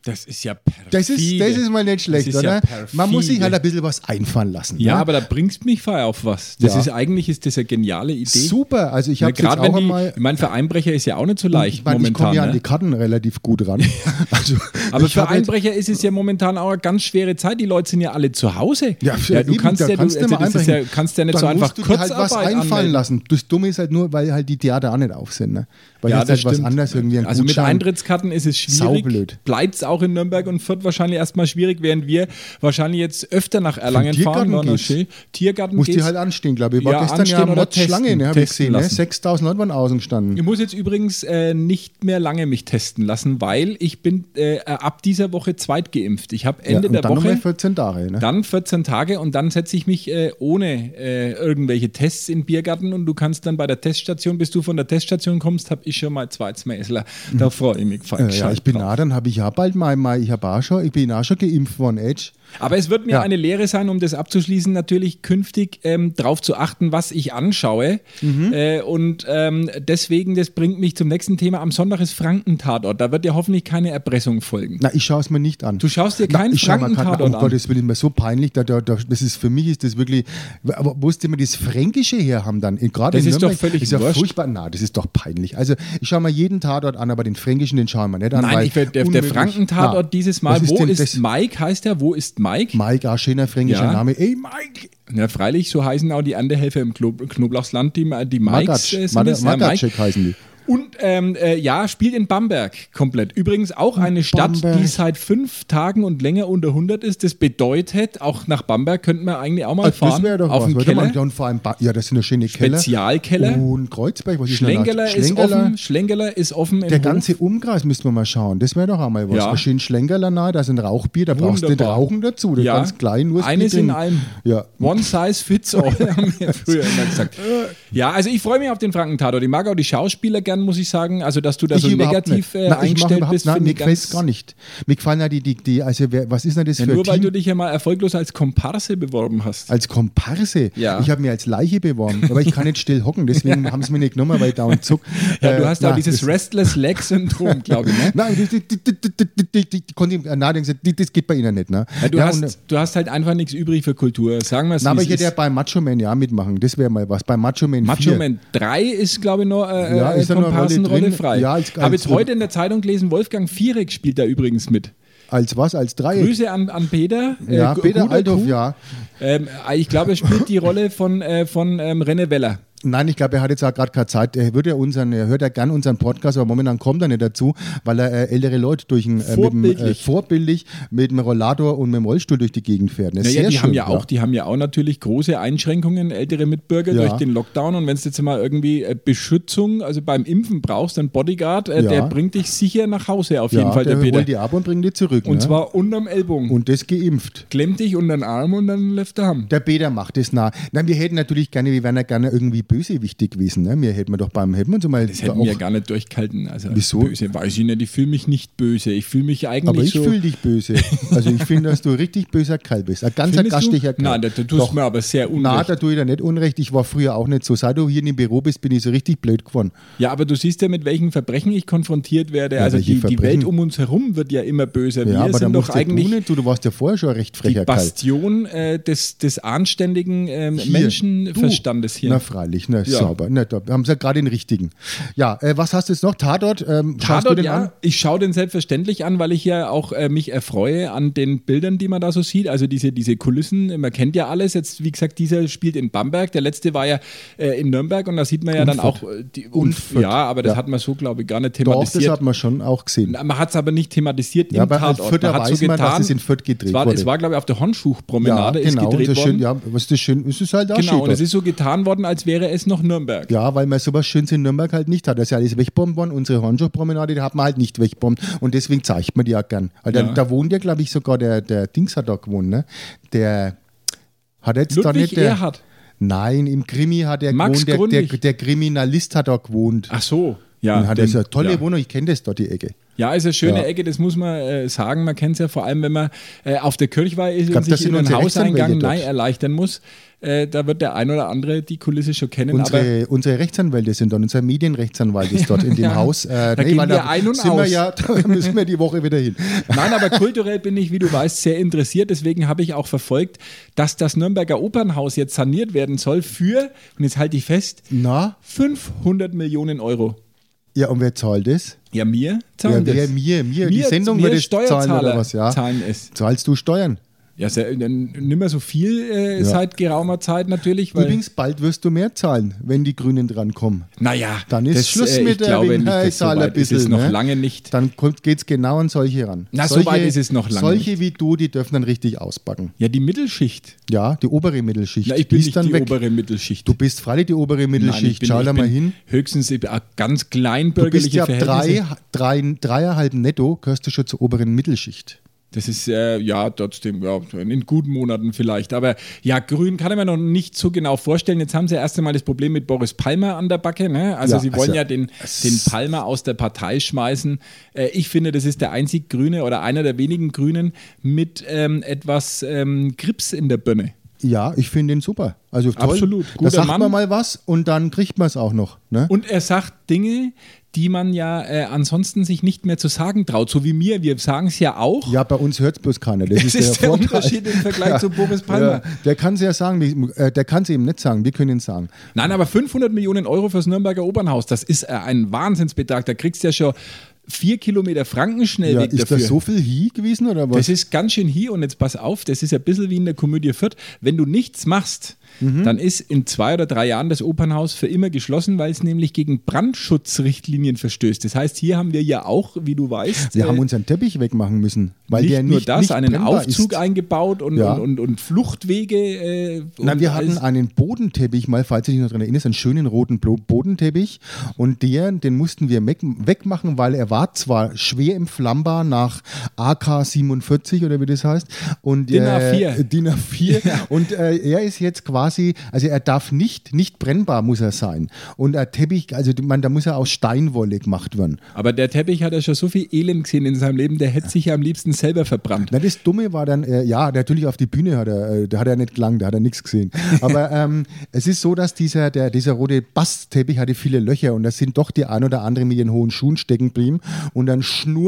Speaker 2: Das ist ja perfekt.
Speaker 3: Das ist, das ist mal nicht schlecht,
Speaker 2: ist ja
Speaker 3: oder? Man muss sich
Speaker 2: perfide.
Speaker 3: halt ein bisschen was einfallen lassen.
Speaker 2: Ja,
Speaker 3: ne?
Speaker 2: aber da bringst mich vorher auf was. Das
Speaker 3: Ja.
Speaker 2: ist eigentlich ist das eine geniale Idee.
Speaker 3: super. Also ich
Speaker 2: Na,
Speaker 3: habe jetzt
Speaker 2: Gerade
Speaker 3: auch
Speaker 2: wenn die,
Speaker 3: einmal.
Speaker 2: ich meine, für Einbrecher ist ja auch nicht so
Speaker 3: Ich,
Speaker 2: leicht
Speaker 3: mein, ich
Speaker 2: momentan.
Speaker 3: komme ja an
Speaker 2: ne?
Speaker 3: die Karten relativ gut ran. Also,
Speaker 2: Aber
Speaker 3: ich
Speaker 2: für
Speaker 3: hab jetzt-
Speaker 2: Einbrecher ist es ja momentan auch eine ganz schwere Zeit. Die Leute sind ja alle zu Hause.
Speaker 3: Ja,
Speaker 2: du
Speaker 3: eben,
Speaker 2: kannst
Speaker 3: da
Speaker 2: ja, du,
Speaker 3: kannst du
Speaker 2: also
Speaker 3: mal
Speaker 2: das ist ja,
Speaker 3: einbrechen.
Speaker 2: kannst ja nicht
Speaker 3: Dann
Speaker 2: so einfach
Speaker 3: musst du dir halt was
Speaker 2: Kurzarbeit
Speaker 3: einfallen
Speaker 2: anmelden.
Speaker 3: lassen. Das Dumme ist halt nur, weil halt die Theater auch nicht auf sind. Ne? Weil jetzt halt was anderes irgendwie ein
Speaker 2: Also mit
Speaker 3: Gutschein-
Speaker 2: Eintrittskarten ist es schwierig.
Speaker 3: Saublöd.
Speaker 2: Bleibt es auch in Nürnberg und Fürth wahrscheinlich erstmal schwierig, während wir wahrscheinlich jetzt öfter nach Erlangen fahren.
Speaker 3: Tiergarten
Speaker 2: war noch
Speaker 3: geht's.
Speaker 2: schön. Tiergarten
Speaker 3: Musst
Speaker 2: geht's.
Speaker 3: du halt anstehen, glaube ich. War
Speaker 2: Ja,
Speaker 3: gestern
Speaker 2: anstehen
Speaker 3: ja
Speaker 2: oder
Speaker 3: Mordschlange,
Speaker 2: testen-
Speaker 3: ne, habe ich
Speaker 2: testen
Speaker 3: gesehen. Ne?
Speaker 2: lassen.
Speaker 3: 6000 Leute waren außen gestanden.
Speaker 2: Ich muss jetzt übrigens äh, nicht mehr lange mich testen lassen, weil ich bin äh, ab dieser Woche zweitgeimpft. Ich habe
Speaker 3: Ja,
Speaker 2: Ende
Speaker 3: und
Speaker 2: der
Speaker 3: dann noch mal
Speaker 2: Woche
Speaker 3: 14 Tage. Ne?
Speaker 2: Dann 14 Tage und dann setze ich mich äh, ohne äh, irgendwelche Tests in den Biergarten und du kannst dann bei der Teststation, bis du von der Teststation kommst, habe ich schon mal zwei Zmäsler. Da freue ich mich
Speaker 3: Äh,
Speaker 2: fein.
Speaker 3: ja,
Speaker 2: gescheit
Speaker 3: ich bin
Speaker 2: drauf.
Speaker 3: auch, dann habe ich ja bald mal, mal ich, hab auch schon, ich bin auch schon geimpft worden, Edge.
Speaker 2: Aber es wird mir
Speaker 3: Ja.
Speaker 2: eine Lehre sein, um das abzuschließen, natürlich künftig ähm, darauf zu achten, was ich anschaue.
Speaker 3: Mhm.
Speaker 2: Äh, und ähm, deswegen, das bringt mich zum nächsten Thema. Am Sonntag ist Frankentatort. Da wird ja hoffentlich keine Erpressung folgen.
Speaker 3: Na, ich schaue es mir nicht an.
Speaker 2: Du schaust dir
Speaker 3: Na,
Speaker 2: keinen
Speaker 3: ich schau mir
Speaker 2: Frankentatort
Speaker 3: keinen-
Speaker 2: an.
Speaker 3: Oh Gott, das wird mir so peinlich. Da, da, da, das ist, für mich ist das wirklich. Aber wo ist denn immer das Fränkische her haben dann? In- Gerade
Speaker 2: Das
Speaker 3: in
Speaker 2: ist
Speaker 3: Nürnberg
Speaker 2: doch völlig
Speaker 3: ist ja
Speaker 2: wurscht.
Speaker 3: furchtbar. Na, das ist doch peinlich. Also, ich schaue mir jeden Tatort an, aber den Fränkischen, den schauen wir nicht an.
Speaker 2: Nein,
Speaker 3: weil
Speaker 2: ich werd, der, der
Speaker 3: unmöglich.
Speaker 2: Frankentatort
Speaker 3: Na,
Speaker 2: dieses Mal,
Speaker 3: was ist
Speaker 2: wo
Speaker 3: denn
Speaker 2: ist
Speaker 3: das?
Speaker 2: Mike, heißt er, wo ist Mike?
Speaker 3: Mike, auch schöner fränkischer
Speaker 2: Ja.
Speaker 3: Name. Ey, Mike!
Speaker 2: Ja, freilich, so heißen auch die andere Helfer im Klo Knoblauchsland, die, die Mikes äh,
Speaker 3: Magatsch.
Speaker 2: sind es. Ja, Mike.
Speaker 3: Magatschek heißen die.
Speaker 2: Und ähm, äh, ja, spielt in Bamberg komplett. Übrigens auch eine Stadt,
Speaker 3: Bamberg.
Speaker 2: die seit fünf Tagen und länger unter 100 ist. Das bedeutet, auch nach Bamberg könnten wir eigentlich auch mal
Speaker 3: Das
Speaker 2: fahren.
Speaker 3: wäre doch
Speaker 2: auf
Speaker 3: was.
Speaker 2: den
Speaker 3: Warte mal,
Speaker 2: Keller.
Speaker 3: ja, und vor allem, Ba- ja, das sind ja schöne Keller.
Speaker 2: Spezialkeller.
Speaker 3: Und Kreuzberg, was ist denn da?
Speaker 2: Schlengeler ist
Speaker 3: Schlenkerler.
Speaker 2: offen. Schlengeler ist offen. im
Speaker 3: Der
Speaker 2: Hof.
Speaker 3: ganze Umkreis müssten wir mal schauen. Das wäre doch einmal was.
Speaker 2: Ja.
Speaker 3: Ja. Schön Schlenkerler nahe, da ist ein Rauchbier, da brauchst du nicht
Speaker 2: Wunderbar.
Speaker 3: rauchen dazu. Da
Speaker 2: Ja.
Speaker 3: ganz klein, nur das
Speaker 2: Eines
Speaker 3: Bier
Speaker 2: in
Speaker 3: trinken.
Speaker 2: allem.
Speaker 3: Ja.
Speaker 2: One size fits all, haben wir früher immer gesagt. Ja, also ich freue mich auf den Franken-Tatort. Ich mag auch die Schauspieler gern, muss ich sagen. Also, dass du da so negativ
Speaker 3: nicht.
Speaker 2: äh,
Speaker 3: Nein, ich mach
Speaker 2: eingestellt
Speaker 3: überhaupt,
Speaker 2: bist,
Speaker 3: nein,
Speaker 2: finde
Speaker 3: mir
Speaker 2: ich ganz...
Speaker 3: gefällt gar nicht. Mir gefallen ja die, die, die also wer, was ist denn das
Speaker 2: Ja,
Speaker 3: für
Speaker 2: nur
Speaker 3: ein
Speaker 2: weil
Speaker 3: Team? Äh,
Speaker 2: du dich ja mal erfolglos als Komparse beworben hast.
Speaker 3: als Komparse.
Speaker 2: Ja.
Speaker 3: Ich habe mir als Leiche beworben, aber ich kann nicht still hocken, deswegen haben sie mir nicht genommen, weil ich da und zuck.
Speaker 2: Ja,
Speaker 3: Äh,
Speaker 2: du hast
Speaker 3: na,
Speaker 2: auch dieses
Speaker 3: das-
Speaker 2: Restless Leg Syndrom, glaube ich. Ne?
Speaker 3: Nein, die- die- die- die- die- die- die- die- die- die konnte ich- äh, nein, die haben gesagt, die- das geht bei Ihnen nicht. Ne?
Speaker 2: Ja, du,
Speaker 3: Ja, und-
Speaker 2: hast, du hast halt einfach nichts übrig für Kultur. Sagen wir es
Speaker 3: Na, aber
Speaker 2: wie
Speaker 3: ich
Speaker 2: es
Speaker 3: hätte ja
Speaker 2: ist.
Speaker 3: bei Macho Man ja mitmachen. Das wäre mal was. Bei Macho Man
Speaker 2: Macho
Speaker 3: 4.
Speaker 2: Man 3 ist, glaube ich, noch äh,
Speaker 3: Ja,
Speaker 2: äh,
Speaker 3: ist da noch eine Rolle
Speaker 2: Komparsenrolle
Speaker 3: drin?
Speaker 2: frei.
Speaker 3: Ja, als-
Speaker 2: Habe jetzt
Speaker 3: als-
Speaker 2: heute in der Zeitung gelesen, Wolfgang Fierig spielt da übrigens mit.
Speaker 3: Als was? Als Dreieck?
Speaker 2: Grüße an, an Peter. äh,
Speaker 3: ja,
Speaker 2: gu-
Speaker 3: Peter
Speaker 2: guter
Speaker 3: Althoff,
Speaker 2: Kuh.
Speaker 3: ja.
Speaker 2: Ähm, ich glaube, er spielt die Rolle von, äh, von ähm, René Weller.
Speaker 3: Nein, ich glaube, er hat jetzt auch gerade keine Zeit. Er, würde ja unseren, er hört ja gern unseren Podcast, aber momentan kommt er nicht dazu, weil er äh, ältere Leute durch ein, äh, mit dem, äh,
Speaker 2: Vorbildlich.
Speaker 3: vorbildlich mit dem Rollator und mit dem Rollstuhl durch die Gegend fährt. Das ist
Speaker 2: Naja,
Speaker 3: sehr
Speaker 2: die
Speaker 3: schön,
Speaker 2: haben ja auch, die haben ja auch natürlich große Einschränkungen, ältere Mitbürger
Speaker 3: Ja.
Speaker 2: durch den Lockdown. Und wenn du jetzt mal irgendwie äh, Beschützung, also beim Impfen brauchst, dann Bodyguard, äh,
Speaker 3: Ja.
Speaker 2: der bringt dich sicher nach Hause auf
Speaker 3: ja,
Speaker 2: jeden Fall, der,
Speaker 3: der
Speaker 2: Peter.
Speaker 3: holt die ab und bringt die zurück.
Speaker 2: Und
Speaker 3: ne?
Speaker 2: zwar unterm Ellbogen.
Speaker 3: und das geimpft.
Speaker 2: Klemmt dich unter den Arm und dann läuft der Ham.
Speaker 3: Der Peter macht es nah. Nein, wir hätten natürlich gerne, wir wären ja gerne irgendwie bösewichtig gewesen. Ne? Wir hätten wir doch beim, hätten wir uns mal
Speaker 2: Das
Speaker 3: da
Speaker 2: hätten wir gar nicht durchgehalten. Also
Speaker 3: Wieso?
Speaker 2: Böse weiß ich nicht, ich fühle mich nicht böse. Ich fühle mich eigentlich
Speaker 3: Aber ich
Speaker 2: so...
Speaker 3: fühle dich böse. Also ich finde, dass du ein richtig böser Kerl bist. Ein ganzer
Speaker 2: Findest du?
Speaker 3: gastiger Kerl.
Speaker 2: Nein, da- da tust mir aber sehr unrecht.
Speaker 3: Nein, da tue ich dir nicht unrecht. Ich war früher auch nicht so. Seit du hier in dem Büro bist, bin ich so richtig blöd geworden.
Speaker 2: Ja, aber du siehst ja, mit welchen Verbrechen ich konfrontiert werde. also
Speaker 3: welche
Speaker 2: die, die
Speaker 3: Verbrechen?
Speaker 2: Welt um uns herum wird ja immer böser.
Speaker 3: Ja,
Speaker 2: Wir
Speaker 3: aber da
Speaker 2: sind doch
Speaker 3: musst ja du
Speaker 2: eigentlich
Speaker 3: nicht. Du, du warst ja vorher schon ein recht
Speaker 2: die
Speaker 3: frecher Kerl.
Speaker 2: Bastion äh, des, des anständigen ähm,
Speaker 3: Hier,
Speaker 2: Menschenverstandes
Speaker 3: du.
Speaker 2: hier.
Speaker 3: Na freilich, na
Speaker 2: Ja.
Speaker 3: sauber. Na, da haben sie ja gerade den richtigen. Ja, äh, was hast du jetzt noch? Tatort? Ähm, schaust du
Speaker 2: Tatort,
Speaker 3: den
Speaker 2: ja,
Speaker 3: an?
Speaker 2: ich schaue den selbstverständlich an, weil ich ja auch äh, mich erfreue an den Bildern, die man da so sieht. Also diese, diese Kulissen, man kennt ja alles. Jetzt, wie gesagt, dieser spielt in Bamberg, der letzte war ja äh, in Nürnberg und da sieht man ja dann auch
Speaker 3: Fürth.
Speaker 2: äh, die,
Speaker 3: Und Fürth.
Speaker 2: Ja, aber das
Speaker 3: Ja.
Speaker 2: hat man so, glaube ich, gar nicht
Speaker 3: Doch, das
Speaker 2: thematisiert.
Speaker 3: hat man schon auch gesehen.
Speaker 2: Man hat es aber nicht thematisiert im
Speaker 3: Ja, aber als
Speaker 2: Tatort.
Speaker 3: Vierter
Speaker 2: man hat
Speaker 3: weiß man, dass es in Fürth gedreht
Speaker 2: es war,
Speaker 3: wurde.
Speaker 2: Es war, glaube ich, auf der Honschbuchpromenade
Speaker 3: ja, genau.
Speaker 2: ist gedreht
Speaker 3: und das
Speaker 2: worden.
Speaker 3: schön, ja, was ist das schön? Es ist halt auch
Speaker 2: Genau,
Speaker 3: schön.
Speaker 2: und es ist so getan worden, als wäre ist noch Nürnberg.
Speaker 3: Ja, weil man sowas Schönes in Nürnberg halt nicht hat. Das ist ja alles wegbombt worden. Unsere Hornschuhpromenade, die hat man halt nicht wegbombt. Und deswegen zeigt man die auch gern. Also
Speaker 2: Ja.
Speaker 3: Da, da wohnt ja, glaube ich, sogar der, der Dings hat da gewohnt, ne? Der hat er jetzt da
Speaker 2: Ludwig
Speaker 3: nicht. Der,
Speaker 2: Erhard.
Speaker 3: Nein, im Krimi hat er
Speaker 2: Max
Speaker 3: gewohnt. Der, der,
Speaker 2: Grundig.
Speaker 3: der Kriminalist hat da gewohnt.
Speaker 2: Ach so. Ja,
Speaker 3: und hat
Speaker 2: den-
Speaker 3: das ist eine tolle
Speaker 2: ja.
Speaker 3: Wohnung, ich kenne das dort, die Ecke.
Speaker 2: Ja, ist eine schöne
Speaker 3: Ja.
Speaker 2: Ecke, das muss man äh, sagen. Man kennt es ja vor allem, wenn man äh, auf der Kirchweih ist
Speaker 3: glaub,
Speaker 2: und
Speaker 3: das
Speaker 2: sich
Speaker 3: sind
Speaker 2: in einen
Speaker 3: unsere
Speaker 2: Hauseingang
Speaker 3: Rechtsanwälte
Speaker 2: neu
Speaker 3: dort.
Speaker 2: erleichtern muss. Äh, da wird der ein oder andere die Kulisse schon kennen. Genau, aber
Speaker 3: Unsere, unsere Rechtsanwälte sind dort, unser Medienrechtsanwalt ist dort in dem
Speaker 2: Ja.
Speaker 3: Haus. Äh,
Speaker 2: Da gehen
Speaker 3: weil
Speaker 2: wir ein und
Speaker 3: sind
Speaker 2: aus.
Speaker 3: Wir ja, da müssen wir die Woche wieder hin.
Speaker 2: Nein, aber kulturell bin ich, wie du weißt, sehr interessiert. Deswegen habe ich auch verfolgt, dass das Nürnberger Opernhaus jetzt saniert werden soll für, und jetzt halte ich fest,
Speaker 3: Na,
Speaker 2: 500 Millionen Euro.
Speaker 3: ja, und wer zahlt das?
Speaker 2: Ja, mir
Speaker 3: Ja,
Speaker 2: zahlen
Speaker 3: wer,
Speaker 2: das.
Speaker 3: mir, mir, die
Speaker 2: Mir-
Speaker 3: Sendung
Speaker 2: mir
Speaker 3: wird es zahlen
Speaker 2: Steuerzahler
Speaker 3: oder was, ja?
Speaker 2: zahlen es.
Speaker 3: Zahlst du Steuern?
Speaker 2: Ja, sehr, dann nimmer so viel äh, seit geraumer Zeit natürlich. Weil,
Speaker 3: Übrigens, bald wirst du mehr zahlen, wenn die Grünen drankommen.
Speaker 2: naja,
Speaker 3: Dann ist
Speaker 2: das,
Speaker 3: Schluss
Speaker 2: äh, ich
Speaker 3: mit der
Speaker 2: glaube nicht, dass so
Speaker 3: Winterzahl ein
Speaker 2: weit ist
Speaker 3: bisschen.
Speaker 2: es noch
Speaker 3: ne?
Speaker 2: lange nicht.
Speaker 3: Dann geht es genau an solche ran.
Speaker 2: Na, so
Speaker 3: solche,
Speaker 2: weit ist es noch lange
Speaker 3: Solche wie du, die dürfen dann richtig auspacken.
Speaker 2: Ja, die Mittelschicht.
Speaker 3: Ja, die obere Mittelschicht.
Speaker 2: Ja, ich
Speaker 3: die
Speaker 2: bin
Speaker 3: ist
Speaker 2: nicht
Speaker 3: dann
Speaker 2: die
Speaker 3: weg.
Speaker 2: obere Mittelschicht.
Speaker 3: Du bist freilich die obere
Speaker 2: Nein, ich
Speaker 3: Mittelschicht.
Speaker 2: bin,
Speaker 3: Schau
Speaker 2: ich
Speaker 3: da
Speaker 2: bin
Speaker 3: mal hin.
Speaker 2: Höchstens eben auch ganz
Speaker 3: Du bist
Speaker 2: kleinbürgerliche
Speaker 3: ja
Speaker 2: Verhältnisse.
Speaker 3: drei, drei, dreieinhalb netto, gehörst du schon zur oberen Mittelschicht.
Speaker 2: Das ist äh, ja trotzdem ja, in guten Monaten vielleicht. Aber ja, Grün kann ich mir noch nicht so genau vorstellen. Jetzt haben sie erst einmal das Problem mit Boris Palmer an der Backe. Ne? Also
Speaker 3: Ja,
Speaker 2: sie wollen
Speaker 3: also
Speaker 2: ja den,
Speaker 3: es-
Speaker 2: den Palmer aus der Partei schmeißen. Äh, ich finde, das ist der einzig Grüne oder einer der wenigen Grünen mit ähm, etwas ähm, Grips in der Birne.
Speaker 3: Ja, ich finde den super. Also toll.
Speaker 2: Absolut, guter
Speaker 3: Da sagt
Speaker 2: Mann.
Speaker 3: man mal was und dann kriegt man es auch noch. Ne?
Speaker 2: Und er sagt Dinge, die man ja äh, ansonsten sich nicht mehr zu sagen traut. So wie mir, wir sagen es ja auch.
Speaker 3: Ja, bei uns hört es bloß keiner. Das,
Speaker 2: Das
Speaker 3: ist,
Speaker 2: ist der
Speaker 3: Vorteil.
Speaker 2: Unterschied im Vergleich zu Boris Palmer.
Speaker 3: der kann es ja sagen, wie- äh, der kann es eben nicht sagen, wir können es sagen.
Speaker 2: Nein, aber 500 Millionen Euro fürs Nürnberger Opernhaus, das ist äh, ein Wahnsinnsbetrag. Da kriegst du ja schon vier Kilometer
Speaker 3: Ja,
Speaker 2: Frankenschnellweg
Speaker 3: ist
Speaker 2: dafür.
Speaker 3: das so viel Hi gewesen oder was?
Speaker 2: das ist ganz schön hier und jetzt pass auf, das ist ja ein bisschen wie in der Komödie Fürth. Wenn du nichts machst,
Speaker 3: Mhm.
Speaker 2: dann ist in zwei oder drei Jahren das Opernhaus für immer geschlossen, weil es nämlich gegen Brandschutzrichtlinien verstößt. Das heißt, hier haben wir ja auch, wie du weißt,
Speaker 3: wir
Speaker 2: äh,
Speaker 3: haben unseren Teppich wegmachen müssen, weil
Speaker 2: nicht
Speaker 3: der nicht
Speaker 2: nur das,
Speaker 3: nicht
Speaker 2: einen
Speaker 3: brennbar
Speaker 2: Aufzug
Speaker 3: Ist.
Speaker 2: eingebaut und,
Speaker 3: Ja.
Speaker 2: und, und, und Fluchtwege. Äh,
Speaker 3: Nein,
Speaker 2: und
Speaker 3: wir
Speaker 2: alles.
Speaker 3: hatten einen Bodenteppich mal, falls du dich noch daran erinnerst, einen schönen roten Blo- Bodenteppich. Und der, den mussten wir weg- wegmachen, weil er war zwar schwer entflammbar nach AK 47 oder wie das heißt. Und,
Speaker 2: DIN A4.
Speaker 3: Äh, DIN A4. Und äh, er ist jetzt quasi, also er darf nicht, nicht brennbar muss er sein. Und ein Teppich, also man, da muss er aus Steinwolle gemacht werden.
Speaker 2: Aber der Teppich hat ja schon so viel Elend gesehen in seinem Leben, der hätte sich ja am liebsten selber verbrannt.
Speaker 3: Na, das Dumme war dann, äh, ja, natürlich auf die Bühne hat er, äh, da hat er nicht gelangt, da hat er nichts gesehen. Aber ähm, es ist so, dass dieser, der, dieser rote Bastteppich hatte viele Löcher und da sind doch die ein oder anderen mit ihren hohen Schuhen stecken geblieben und dann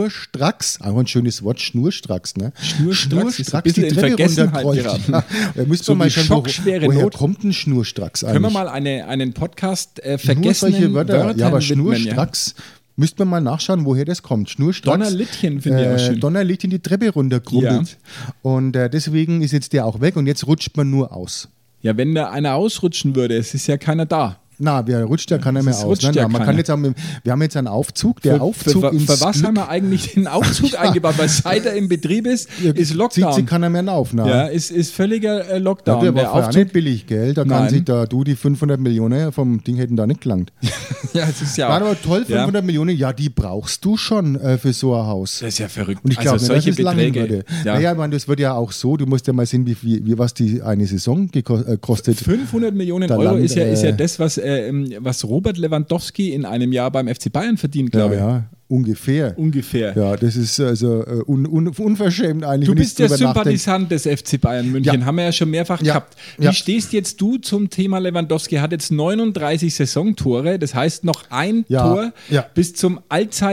Speaker 3: schnurstracks, auch ein schönes Wort, schnurstracks, ne?
Speaker 2: Schnurstracks ist ein bisschen in Vergessenheit geraten.
Speaker 3: Ja, da müsste
Speaker 2: So
Speaker 3: man mal
Speaker 2: wie
Speaker 3: schauen,
Speaker 2: schockschwere
Speaker 3: wo, woher
Speaker 2: Not.
Speaker 3: kommt ein Schnurstracks eigentlich?
Speaker 2: Können wir mal eine, einen Podcast äh,
Speaker 3: Nur
Speaker 2: vergessen?
Speaker 3: solche Wörter, ja, aber
Speaker 2: Schnurstracks.
Speaker 3: schnurstracks... Müsste man mal nachschauen, woher das kommt. Schnurstracks.
Speaker 2: Donnerlittchen finde ich auch schön.
Speaker 3: Donnerlittchen die Treppe runterkrummelt. Und äh, deswegen ist jetzt der auch weg und jetzt rutscht man nur aus.
Speaker 2: Ja, wenn da einer ausrutschen würde, es ist ja keiner da.
Speaker 3: Na, wer rutscht, der kann er mehr
Speaker 2: Es
Speaker 3: aus.
Speaker 2: rutscht
Speaker 3: Nein,
Speaker 2: ja
Speaker 3: nein, man
Speaker 2: keiner.
Speaker 3: kann jetzt auch mit, wir haben jetzt einen Aufzug, der Aufzug
Speaker 2: für, für,
Speaker 3: ins
Speaker 2: für was
Speaker 3: Glück
Speaker 2: haben wir eigentlich den Aufzug eingebaut? Weil seit er im Betrieb ist, ist
Speaker 3: zieht sie
Speaker 2: Lockdown.
Speaker 3: keiner mehr auf. Na.
Speaker 2: ja, ist, ist völliger äh,
Speaker 3: Ja,
Speaker 2: Lockdown.
Speaker 3: der
Speaker 2: der
Speaker 3: war ja
Speaker 2: Aufzug,
Speaker 3: nicht billig, gell? Da
Speaker 2: Nein.
Speaker 3: kann sich da, du, die 500 Millionen vom Ding hätten da nicht gelangt.
Speaker 2: ja, es ist ja
Speaker 3: Nein, aber toll,
Speaker 2: Ja.
Speaker 3: 500 Millionen, ja, die brauchst du schon äh, für so ein Haus.
Speaker 2: Das ist ja verrückt.
Speaker 3: Und ich glaube,
Speaker 2: also
Speaker 3: also
Speaker 2: solche
Speaker 3: dass es langen
Speaker 2: Beträge.
Speaker 3: würde.
Speaker 2: Ja.
Speaker 3: Naja, ich meine, das wird ja auch so, du musst ja mal sehen, wie, wie, wie was die eine Saison gekostet äh, kostet.
Speaker 2: 500 Millionen
Speaker 3: Da
Speaker 2: Euro
Speaker 3: landet,
Speaker 2: ist, ja, ist ja
Speaker 3: äh,
Speaker 2: das, was, äh, ähm, was Robert Lewandowski in einem Jahr beim FC Bayern verdient,
Speaker 3: ja,
Speaker 2: glaube ich.
Speaker 3: ja, ungefähr.
Speaker 2: Ungefähr.
Speaker 3: Ja, das ist also äh, un, un, unverschämt eigentlich.
Speaker 2: Du
Speaker 3: wenn
Speaker 2: bist
Speaker 3: ich
Speaker 2: der
Speaker 3: drüber nachdenke.
Speaker 2: Sympathisant des FC Bayern München,
Speaker 3: Ja.
Speaker 2: haben wir ja schon mehrfach
Speaker 3: Ja.
Speaker 2: gehabt. Wie
Speaker 3: Ja.
Speaker 2: stehst jetzt du zum Thema Lewandowski? Er Hat jetzt 39 Saisontore, das heißt noch ein
Speaker 3: Ja.
Speaker 2: Tor
Speaker 3: Ja.
Speaker 2: bis zum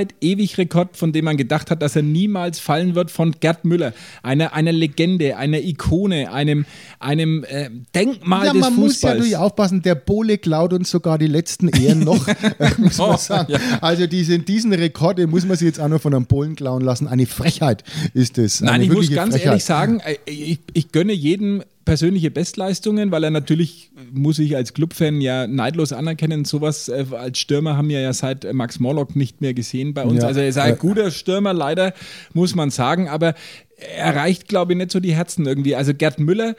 Speaker 2: Allzeit-Ewig-Rekord, von dem man gedacht hat, dass er niemals fallen wird, von Gerd Müller. Einer einer Legende, einer Ikone, einem, einem äh, Denkmal
Speaker 3: Ja,
Speaker 2: des
Speaker 3: man muss ja
Speaker 2: Fußballs.
Speaker 3: natürlich aufpassen, der Bole klaut uns sogar die letzten Ehren noch, äh, muss
Speaker 2: Oh,
Speaker 3: man sagen.
Speaker 2: ja.
Speaker 3: Also diesen, diesen Rekord, den muss man sich jetzt auch noch von einem Polen klauen lassen. Eine Frechheit ist das.
Speaker 2: Nein,
Speaker 3: eine
Speaker 2: ich muss
Speaker 3: wirkliche
Speaker 2: ganz
Speaker 3: Frechheit.
Speaker 2: ehrlich sagen, äh, ich, ich gönne jedem persönliche Bestleistungen, weil er natürlich, äh, muss ich als Clubfan ja neidlos anerkennen, sowas äh, als Stürmer haben wir ja seit äh, Max Morlock nicht mehr gesehen bei uns.
Speaker 3: Ja.
Speaker 2: Also er ist ein
Speaker 3: Äh.
Speaker 2: guter Stürmer, leider, muss man sagen, aber er erreicht, glaube ich, nicht so die Herzen irgendwie. Also Gerd Müller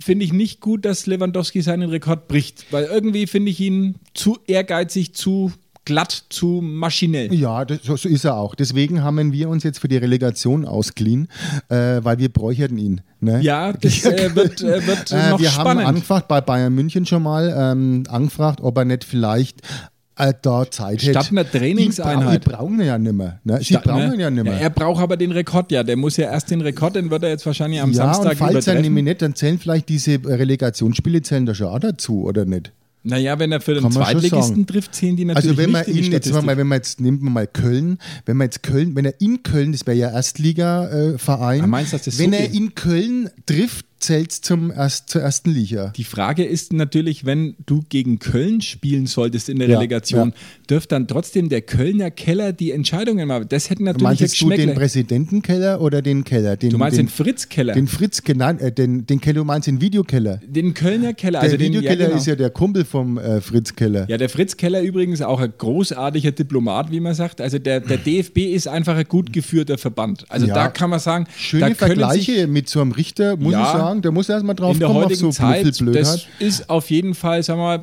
Speaker 2: finde ich nicht gut, dass Lewandowski seinen Rekord bricht, weil irgendwie finde ich ihn zu ehrgeizig, zu glatt, zu maschinell.
Speaker 3: Ja, das, so, so ist er auch. Deswegen haben wir uns jetzt für die Relegation ausgeliehen, äh, weil wir bräucherten ihn. Ne?
Speaker 2: Ja, das äh, wird, äh, wird
Speaker 3: Äh,
Speaker 2: noch
Speaker 3: wir
Speaker 2: spannend.
Speaker 3: haben angefragt bei Bayern München schon mal, ähm, angefragt, ob er nicht vielleicht äh, da Zeit hätte.
Speaker 2: Statt einer Trainingseinheit.
Speaker 3: Die, bra die brauchen ihn ja nimmer. Ne? Sie
Speaker 2: Da-
Speaker 3: brauchen
Speaker 2: ne?
Speaker 3: ihn ja nimmer.
Speaker 2: Er braucht aber den Rekord, ja. Der muss ja erst den Rekord, den wird er jetzt wahrscheinlich am
Speaker 3: ja, und
Speaker 2: Samstag
Speaker 3: falls er nämlich
Speaker 2: übertreffen.
Speaker 3: nicht, dann zählen vielleicht diese Relegationsspiele, zählen da schon auch dazu, oder nicht?
Speaker 2: Naja, wenn er für den
Speaker 3: Kann man schon
Speaker 2: Zweitligisten
Speaker 3: sagen.
Speaker 2: trifft, zählen die natürlich
Speaker 3: Also wenn man
Speaker 2: nicht in die
Speaker 3: ihn, jetzt,
Speaker 2: Statistik.
Speaker 3: mal, wenn man jetzt, nehmen wir mal Köln, wenn man jetzt Köln, wenn er in Köln, das wäre ja Erstliga-Verein, äh,
Speaker 2: Ah,
Speaker 3: Verein,
Speaker 2: meinst du, dass das so
Speaker 3: wenn er
Speaker 2: geht?
Speaker 3: in Köln trifft, zählt es erst, zur ersten Liga.
Speaker 2: Die Frage ist natürlich, wenn du gegen Köln spielen solltest in der
Speaker 3: Ja,
Speaker 2: Relegation,
Speaker 3: ja.
Speaker 2: dürft dann trotzdem der Kölner Keller die Entscheidungen machen. Das hätten natürlich
Speaker 3: Meintest du den
Speaker 2: Geschmäckle.
Speaker 3: Präsidentenkeller oder den Keller? Den,
Speaker 2: Du meinst den,
Speaker 3: den,
Speaker 2: Fritz Keller,
Speaker 3: den
Speaker 2: den,
Speaker 3: Fritz genannt, äh, den, den Keller, du meinst den Videokeller.
Speaker 2: Kölner Keller.
Speaker 3: Der
Speaker 2: also den,
Speaker 3: Videokeller
Speaker 2: genau.
Speaker 3: ist ja der Kumpel vom äh, Fritz Keller.
Speaker 2: Ja, der Fritz Keller übrigens auch ein großartiger Diplomat, wie man sagt. Also der, der DFB ist einfach ein gut geführter Verband. Also
Speaker 3: Ja.
Speaker 2: da kann man sagen, da
Speaker 3: Schöne
Speaker 2: können sich
Speaker 3: Vergleiche mit so einem Richter, muss
Speaker 2: Ja.
Speaker 3: ich sagen. Da muss er erstmal drauf
Speaker 2: in der
Speaker 3: kommen, auf
Speaker 2: heutigen
Speaker 3: so
Speaker 2: Zeit, das
Speaker 3: Blödelblödheit.
Speaker 2: ist auf jeden Fall, sagen wir mal,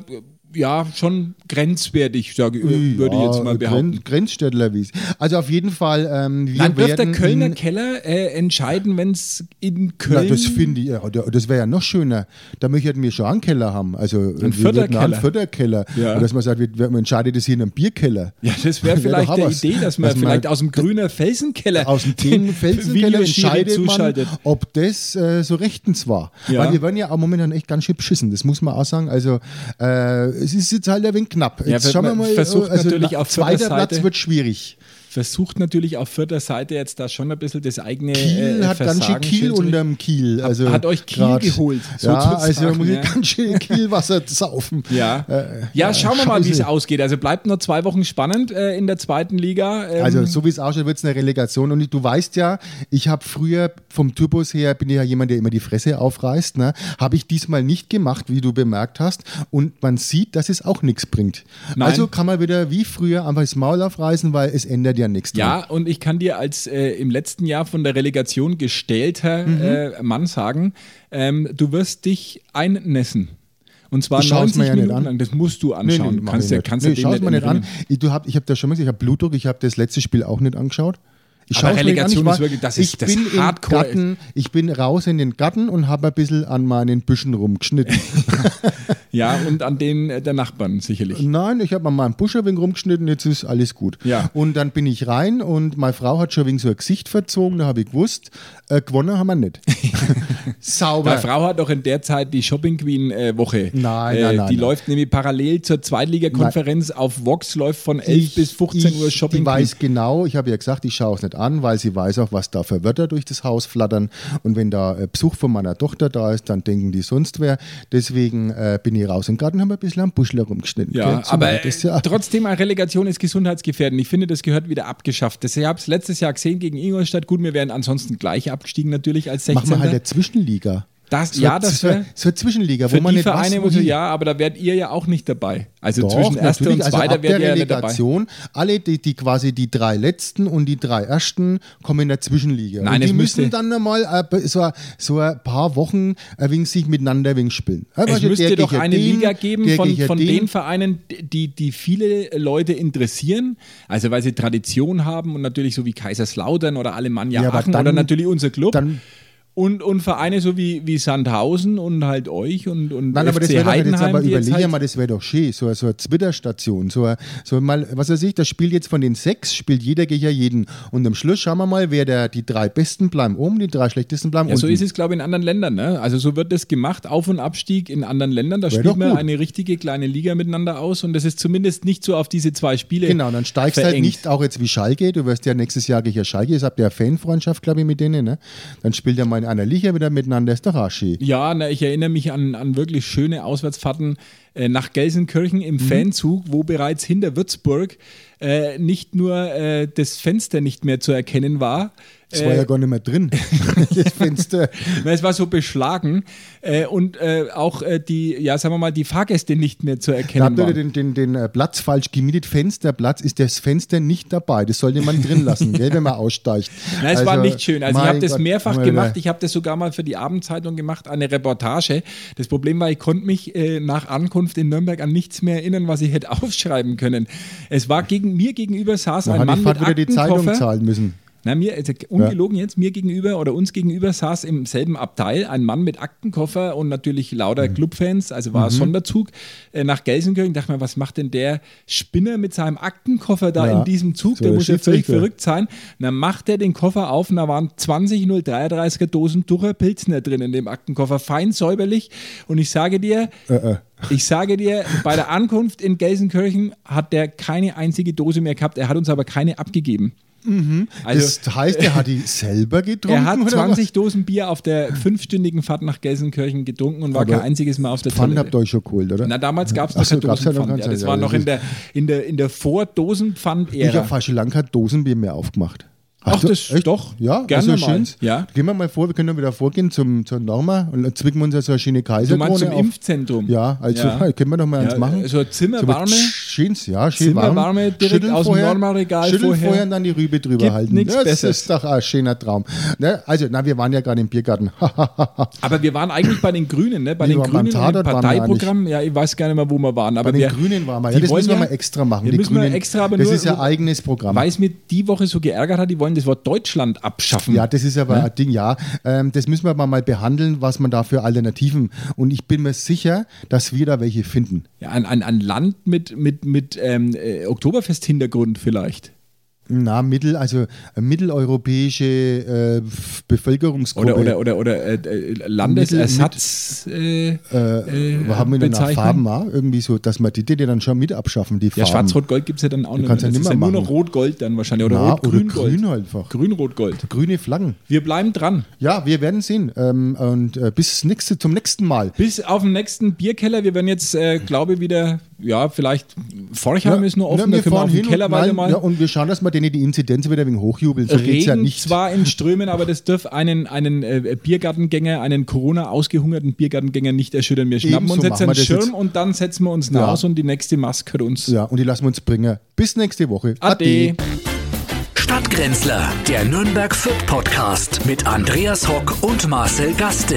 Speaker 2: ja, schon grenzwertig, sage, würde ich jetzt mal behaupten.
Speaker 3: Gren Grenzstädtler wie's. Also auf jeden Fall, ähm, wir
Speaker 2: Dann dürfte der
Speaker 3: werden
Speaker 2: Kölner
Speaker 3: ihn-
Speaker 2: Keller äh, entscheiden, wenn es in
Speaker 3: Na,
Speaker 2: Köln.
Speaker 3: das finde ich, ja, da- das wäre ja noch schöner. Da möchten wir schon einen Keller haben. Also ein
Speaker 2: Förderkeller.
Speaker 3: Einen Förderkeller.
Speaker 2: Ja.
Speaker 3: Und dass man sagt, wir, wir- man entscheidet das hier in einem Bierkeller.
Speaker 2: ja, das wäre
Speaker 3: Wär
Speaker 2: vielleicht
Speaker 3: doch auch
Speaker 2: der
Speaker 3: was.
Speaker 2: Idee, dass man
Speaker 3: Dass man-
Speaker 2: vielleicht aus dem Grüner Felsenkeller
Speaker 3: Aus
Speaker 2: den
Speaker 3: dem Team Felsenkeller
Speaker 2: Videoschiri
Speaker 3: entscheidet man,
Speaker 2: zuschaltet.
Speaker 3: ob das äh, so rechtens war.
Speaker 2: Ja.
Speaker 3: Weil wir werden ja auch momentan echt ganz schön beschissen, das muss man auch sagen. Also äh, es ist jetzt halt ein wenig knapp.
Speaker 2: Ja,
Speaker 3: Jetzt
Speaker 2: wenn man versucht natürlich
Speaker 3: na-
Speaker 2: auf
Speaker 3: also zweiter
Speaker 2: Förderseite-
Speaker 3: Platz wird schwierig.
Speaker 2: Versucht natürlich auf vierter Seite jetzt da schon ein bisschen das eigene.
Speaker 3: Kiel
Speaker 2: äh,
Speaker 3: hat ganz schön
Speaker 2: Versagen
Speaker 3: Kiel
Speaker 2: schön zu-
Speaker 3: unterm Kiel. Also
Speaker 2: hat euch Kiel
Speaker 3: grad.
Speaker 2: geholt,
Speaker 3: Ja,
Speaker 2: sozusagen,
Speaker 3: also muss
Speaker 2: ja.
Speaker 3: ich ganz schön Kielwasser saufen.
Speaker 2: Ja.
Speaker 3: Äh,
Speaker 2: ja, schauen wir mal, wie es
Speaker 3: Scheiße.
Speaker 2: ausgeht. Also bleibt nur zwei Wochen spannend äh, in der zweiten Liga. Ähm,
Speaker 3: Also so wie es ausschaut, wird es eine Relegation. Und ich- du weißt ja, ich habe früher vom Typus her, bin ich ja jemand, der immer die Fresse aufreißt, ne? habe ich diesmal nicht gemacht, wie du bemerkt hast. Und man sieht, dass es auch nichts bringt.
Speaker 2: Nein.
Speaker 3: Also kann man wieder wie früher einfach das Maul aufreißen, weil es ändert ja nichts. dran.
Speaker 2: Ja, und ich kann dir als äh, im letzten Jahr von der Relegation gestellter
Speaker 3: Mhm.
Speaker 2: äh, Mann sagen, ähm, du wirst dich einnässen. Und zwar
Speaker 3: Ich schau's
Speaker 2: 90
Speaker 3: mir ja nicht
Speaker 2: Minuten
Speaker 3: an.
Speaker 2: lang. Das musst du
Speaker 3: Nee, nee,
Speaker 2: anschauen.
Speaker 3: mach
Speaker 2: kannst
Speaker 3: ich
Speaker 2: du kannst du
Speaker 3: nee,
Speaker 2: den
Speaker 3: schau's mir eh nicht an.
Speaker 2: entnehmen.
Speaker 3: Ich, du hab, ich habe da schon mal gesagt, ich habe Blutdruck, ich habe das letzte Spiel auch nicht angeschaut. Ich
Speaker 2: Aber
Speaker 3: schau's mir nicht
Speaker 2: Relegation
Speaker 3: an, ich
Speaker 2: ist wirklich- das
Speaker 3: ich
Speaker 2: ist das
Speaker 3: bin im
Speaker 2: Hardcore.
Speaker 3: Garten, ich bin raus in den Garten und habe ein bisschen an meinen Büschen rumgeschnitten.
Speaker 2: Ja, und an den äh, der Nachbarn sicherlich.
Speaker 3: Nein, ich habe an meinem Busch ein wenig rumgeschnitten, jetzt ist alles gut.
Speaker 2: Ja.
Speaker 3: Und dann bin ich rein und meine Frau hat schon wegen so ein Gesicht verzogen, da habe ich gewusst, äh, gewonnen haben wir nicht. Sauber.
Speaker 2: Meine Frau hat doch in der Zeit die Shopping Queen äh, Woche.
Speaker 3: Nein,
Speaker 2: äh,
Speaker 3: nein, nein,
Speaker 2: Die
Speaker 3: nein.
Speaker 2: läuft nämlich parallel zur Zweitliga-Konferenz auf Vox, läuft von 11 bis 15
Speaker 3: ich,
Speaker 2: Uhr Shopping
Speaker 3: Die
Speaker 2: Queen.
Speaker 3: weiß genau, ich habe ja gesagt, ich schaue es nicht an, weil sie weiß auch, was da für Wörter durch das Haus flattern. Und wenn da äh, Besuch von meiner Tochter da ist, dann denken die sonst wer. Deswegen äh, bin ich raus im Garten, haben wir ein bisschen am Buschler rumgeschnitten.
Speaker 2: Ja,
Speaker 3: gell? So
Speaker 2: aber
Speaker 3: war
Speaker 2: äh,
Speaker 3: das ja.
Speaker 2: trotzdem, eine Relegation ist gesundheitsgefährdend. Ich finde, das gehört wieder abgeschafft. Das, ich habe es letztes Jahr gesehen gegen Ingolstadt. Gut, wir wären ansonsten gleich abgestiegen natürlich als 16.
Speaker 3: machen wir halt eine Zwischenliga.
Speaker 2: ne? Das-
Speaker 3: so,
Speaker 2: ja, das
Speaker 3: so,
Speaker 2: wär-
Speaker 3: so eine Zwischenliga,
Speaker 2: für
Speaker 3: wo man
Speaker 2: die
Speaker 3: nicht weiß,
Speaker 2: Vereine,
Speaker 3: wo
Speaker 2: muss ich,
Speaker 3: die-
Speaker 2: ja, aber da wärt ihr ja auch nicht dabei. Also
Speaker 3: Doch,
Speaker 2: zwischen Erster und
Speaker 3: natürlich, also
Speaker 2: Zweiter
Speaker 3: ab
Speaker 2: wärt
Speaker 3: der
Speaker 2: ihr ja nicht dabei.
Speaker 3: Relegation, alle, die, die quasi die drei letzten und die drei ersten kommen in der Zwischenliga.
Speaker 2: Nein,
Speaker 3: und
Speaker 2: es
Speaker 3: die müssen
Speaker 2: müsste-
Speaker 3: dann nochmal äh, so, ein- so ein paar Wochen ein wenig sich miteinander ein wenig spielen. Ja,
Speaker 2: Es
Speaker 3: also der
Speaker 2: müsste
Speaker 3: geht
Speaker 2: doch
Speaker 3: ja
Speaker 2: eine
Speaker 3: den,
Speaker 2: Liga geben
Speaker 3: der
Speaker 2: von,
Speaker 3: geht ja
Speaker 2: von den Vereinen, die, die viele Leute interessieren, also weil sie Tradition haben und natürlich so wie Kaiserslautern oder Alemannia
Speaker 3: Ja, aber
Speaker 2: Aachen
Speaker 3: dann-
Speaker 2: oder natürlich unser Club.
Speaker 3: dann-
Speaker 2: und, und Vereine so wie, wie Sandhausen und halt euch und, und
Speaker 3: Nein, aber das
Speaker 2: FC
Speaker 3: wäre doch jetzt
Speaker 2: Heidenheim.
Speaker 3: aber
Speaker 2: die
Speaker 3: überlege
Speaker 2: halt-
Speaker 3: mal, das wäre doch schön, so, so eine Twitter-Station, so, ein- so mal, was weiß ich, das spielt jetzt von den sechs, spielt jeder gegen jeden und am Schluss schauen wir mal, wer der, die drei Besten bleiben oben, die drei Schlechtesten bleiben
Speaker 2: Ja,
Speaker 3: unten.
Speaker 2: so ist es, glaube ich, in anderen Ländern. Ne? Also so wird das gemacht, Auf- und Abstieg in anderen Ländern. Da
Speaker 3: doch
Speaker 2: spielt man
Speaker 3: gut.
Speaker 2: eine richtige kleine Liga miteinander aus und das ist zumindest nicht so auf diese zwei Spiele
Speaker 3: Genau, dann steigst halt
Speaker 2: verengt.
Speaker 3: nicht auch jetzt wie Schalke. Du wirst ja nächstes Jahr gegen Schalke. Jetzt habt ihr ja Fanfreundschaft, glaube ich, mit denen. Ne? Dann spielt ja mal in einer Liga wieder miteinander. Ist doch auch schön.
Speaker 2: Ja, na, ich erinnere mich an, an wirklich schöne Auswärtsfahrten äh, nach Gelsenkirchen im Fanzug, wo bereits hinter Würzburg äh, nicht nur äh, das Fenster nicht mehr zu erkennen war.
Speaker 3: Das
Speaker 2: Äh.
Speaker 3: war ja gar nicht mehr drin. das Fenster.
Speaker 2: Na, Es war so beschlagen äh, und äh, auch äh, die, ja, sagen wir mal, die Fahrgäste nicht mehr zu
Speaker 3: Da
Speaker 2: erkennen
Speaker 3: habt ihr
Speaker 2: waren.
Speaker 3: den, den, den äh, Platz falsch gemietet. Fensterplatz ist das Fenster nicht dabei. Das sollte man drin lassen, gell, wenn man aussteigt.
Speaker 2: Nein, es war nicht schön. Also ich
Speaker 3: mein
Speaker 2: habe das
Speaker 3: Gott,
Speaker 2: mehrfach
Speaker 3: haben wir
Speaker 2: gemacht.
Speaker 3: wieder-
Speaker 2: Ich habe das sogar mal für die Abendzeitung gemacht, eine Reportage. Das Problem war, ich konnte mich äh, nach Ankunft in Nürnberg an nichts mehr erinnern, was ich hätte aufschreiben können. Es war gegen mir gegenüber saß
Speaker 3: Da
Speaker 2: ein
Speaker 3: hat die
Speaker 2: Mann
Speaker 3: Fahrt
Speaker 2: mit
Speaker 3: wieder die Zeitung
Speaker 2: Aktenkoffer.
Speaker 3: zahlen müssen.
Speaker 2: Na, mir, also ungelogen jetzt, mir gegenüber oder uns gegenüber saß im selben Abteil ein Mann mit Aktenkoffer und natürlich lauter
Speaker 3: Mhm.
Speaker 2: Clubfans, also war Sonderzug äh, nach Gelsenkirchen. Dachte mir, was macht denn der Spinner mit seinem Aktenkoffer da
Speaker 3: Ja.
Speaker 2: in diesem Zug?
Speaker 3: So
Speaker 2: der
Speaker 3: der
Speaker 2: muss ja völlig
Speaker 3: Schiedsrichter.
Speaker 2: verrückt sein. Und dann macht er den Koffer auf und da waren 20 033er Dosen Durer Pilzner drin in dem Aktenkoffer, fein säuberlich. Und ich sage dir,
Speaker 3: Äh,
Speaker 2: ich sage dir, bei der Ankunft in Gelsenkirchen hat der keine einzige Dose mehr gehabt. Er hat uns aber keine abgegeben. Also,
Speaker 3: das heißt, er hat die selber getrunken?
Speaker 2: er hat
Speaker 3: oder
Speaker 2: 20 Dosen Bier auf der fünfstündigen Fahrt nach Gelsenkirchen getrunken und war
Speaker 3: Aber
Speaker 2: kein einziges Mal auf der
Speaker 3: was? Pfand habt ihr
Speaker 2: Toilette.
Speaker 3: euch schon geholt, oder?
Speaker 2: Na, damals gab es
Speaker 3: Ach
Speaker 2: noch
Speaker 3: so,
Speaker 2: kein
Speaker 3: gab's ja noch
Speaker 2: Dosenpfand.
Speaker 3: ganz
Speaker 2: Ja, das
Speaker 3: andere.
Speaker 2: war noch
Speaker 3: Das
Speaker 2: in der, in der, in der
Speaker 3: ich habe
Speaker 2: Vor-Dosenpfand-Ära.
Speaker 3: fast schon lange kein Dosenbier mehr aufgemacht.
Speaker 2: Ach,
Speaker 3: du-
Speaker 2: das- doch,
Speaker 3: Ja,
Speaker 2: gerne
Speaker 3: also schön.
Speaker 2: mal. Ja.
Speaker 3: Gehen wir mal vor, wir können dann wieder vorgehen zum, zur Norma und dann zwicken wir uns ja so eine schöne
Speaker 2: Du meinst
Speaker 3: Kaiserkrone
Speaker 2: zum
Speaker 3: auf.
Speaker 2: Impfzentrum?
Speaker 3: Ja, also
Speaker 2: Ja.
Speaker 3: können wir doch mal eins
Speaker 2: Ja,
Speaker 3: machen.
Speaker 2: so eine zimmerwarme-
Speaker 3: So was Schönes, ja, schön
Speaker 2: Zimmerwarme
Speaker 3: warm.
Speaker 2: direkt aus dem Norma-Regal
Speaker 3: Schütteln
Speaker 2: vorher.
Speaker 3: vorher. und dann die Rübe drüber
Speaker 2: Gibt
Speaker 3: halten.
Speaker 2: nix
Speaker 3: das
Speaker 2: Besseres.
Speaker 3: ist doch ein schöner Traum. Ne? Also, na, wir waren ja gerade im Biergarten.
Speaker 2: Aber wir waren eigentlich bei den Grünen, ne? Bei
Speaker 3: Nee,
Speaker 2: den
Speaker 3: wir waren
Speaker 2: Grünen
Speaker 3: beim Tatort
Speaker 2: im
Speaker 3: waren wir
Speaker 2: Parteiprogramm. Ja, ich weiß gar nicht mehr, wo wir waren. Aber
Speaker 3: Bei den
Speaker 2: wir,
Speaker 3: Grünen waren wir. Ja,
Speaker 2: die
Speaker 3: das
Speaker 2: wollen
Speaker 3: müssen wir mal extra machen.
Speaker 2: Wir
Speaker 3: Die
Speaker 2: müssen
Speaker 3: Grünen,
Speaker 2: wir extra, aber
Speaker 3: das
Speaker 2: nur,
Speaker 3: ist ja eigenes Programm.
Speaker 2: weil es mir die Woche so geärgert hat, die wollen das Wort Deutschland abschaffen.
Speaker 3: Ja, das ist aber ein Ding, ja. Ähm, das müssen wir aber mal behandeln, was man da für Alternativen. Und ich bin mir sicher, dass wir da welche finden.
Speaker 2: Ja, ein, ein, ein Land mit, mit, mit ähm, äh, Oktoberfest-Hintergrund vielleicht.
Speaker 3: Na, mittel, also äh, mitteleuropäische äh, F- Bevölkerungsgruppe.
Speaker 2: Oder, oder, oder, oder äh, äh, Landesersatz. Äh,
Speaker 3: äh, haben wir denn da
Speaker 2: Bezeichnung?
Speaker 3: Farben auch? Irgendwie so, dass wir die, die dann schon mit abschaffen, die Farben.
Speaker 2: ja, Schwarz-Rot-Gold gibt es ja dann auch nicht
Speaker 3: kannst ja
Speaker 2: Das
Speaker 3: nicht
Speaker 2: ist
Speaker 3: mehr
Speaker 2: ja nur noch
Speaker 3: machen.
Speaker 2: Rot-Gold dann wahrscheinlich. Oder
Speaker 3: Na, oder
Speaker 2: Rot-Grün-Gold.
Speaker 3: grün einfach.
Speaker 2: Grün-Rot-Gold.
Speaker 3: Grüne Flaggen.
Speaker 2: Wir bleiben dran.
Speaker 3: Ja, wir werden sehen. Ähm, und äh, bis nächste, zum nächsten Mal.
Speaker 2: Bis auf den nächsten Bierkeller. Wir werden jetzt, äh, glaube ich, wieder, ja, vielleicht Forchheim ist nur offen.
Speaker 3: wir
Speaker 2: da können wir
Speaker 3: fahren
Speaker 2: auf den
Speaker 3: hin
Speaker 2: Keller
Speaker 3: und, nein,
Speaker 2: weiter mal.
Speaker 3: ja, und wir schauen, dass wir denen die Inzidenz wieder wegen hochjubeln. So geht's
Speaker 2: Regen
Speaker 3: ja nicht.
Speaker 2: zwar in Strömen, aber das dürfte einen, einen äh, Biergartengänger, einen Corona-ausgehungerten Biergartengänger nicht erschüttern. Wir schnappen
Speaker 3: Ebenso
Speaker 2: uns jetzt
Speaker 3: machen wir
Speaker 2: einen
Speaker 3: das
Speaker 2: Schirm
Speaker 3: jetzt.
Speaker 2: und dann setzen wir uns raus und die nächste Maske hat uns.
Speaker 3: ja, und die lassen wir uns bringen. Bis nächste Woche.
Speaker 2: Ade.
Speaker 1: Stadtgrenzler, der Nürnberg Fürth Podcast mit Andreas Hock und Marcel Gaste.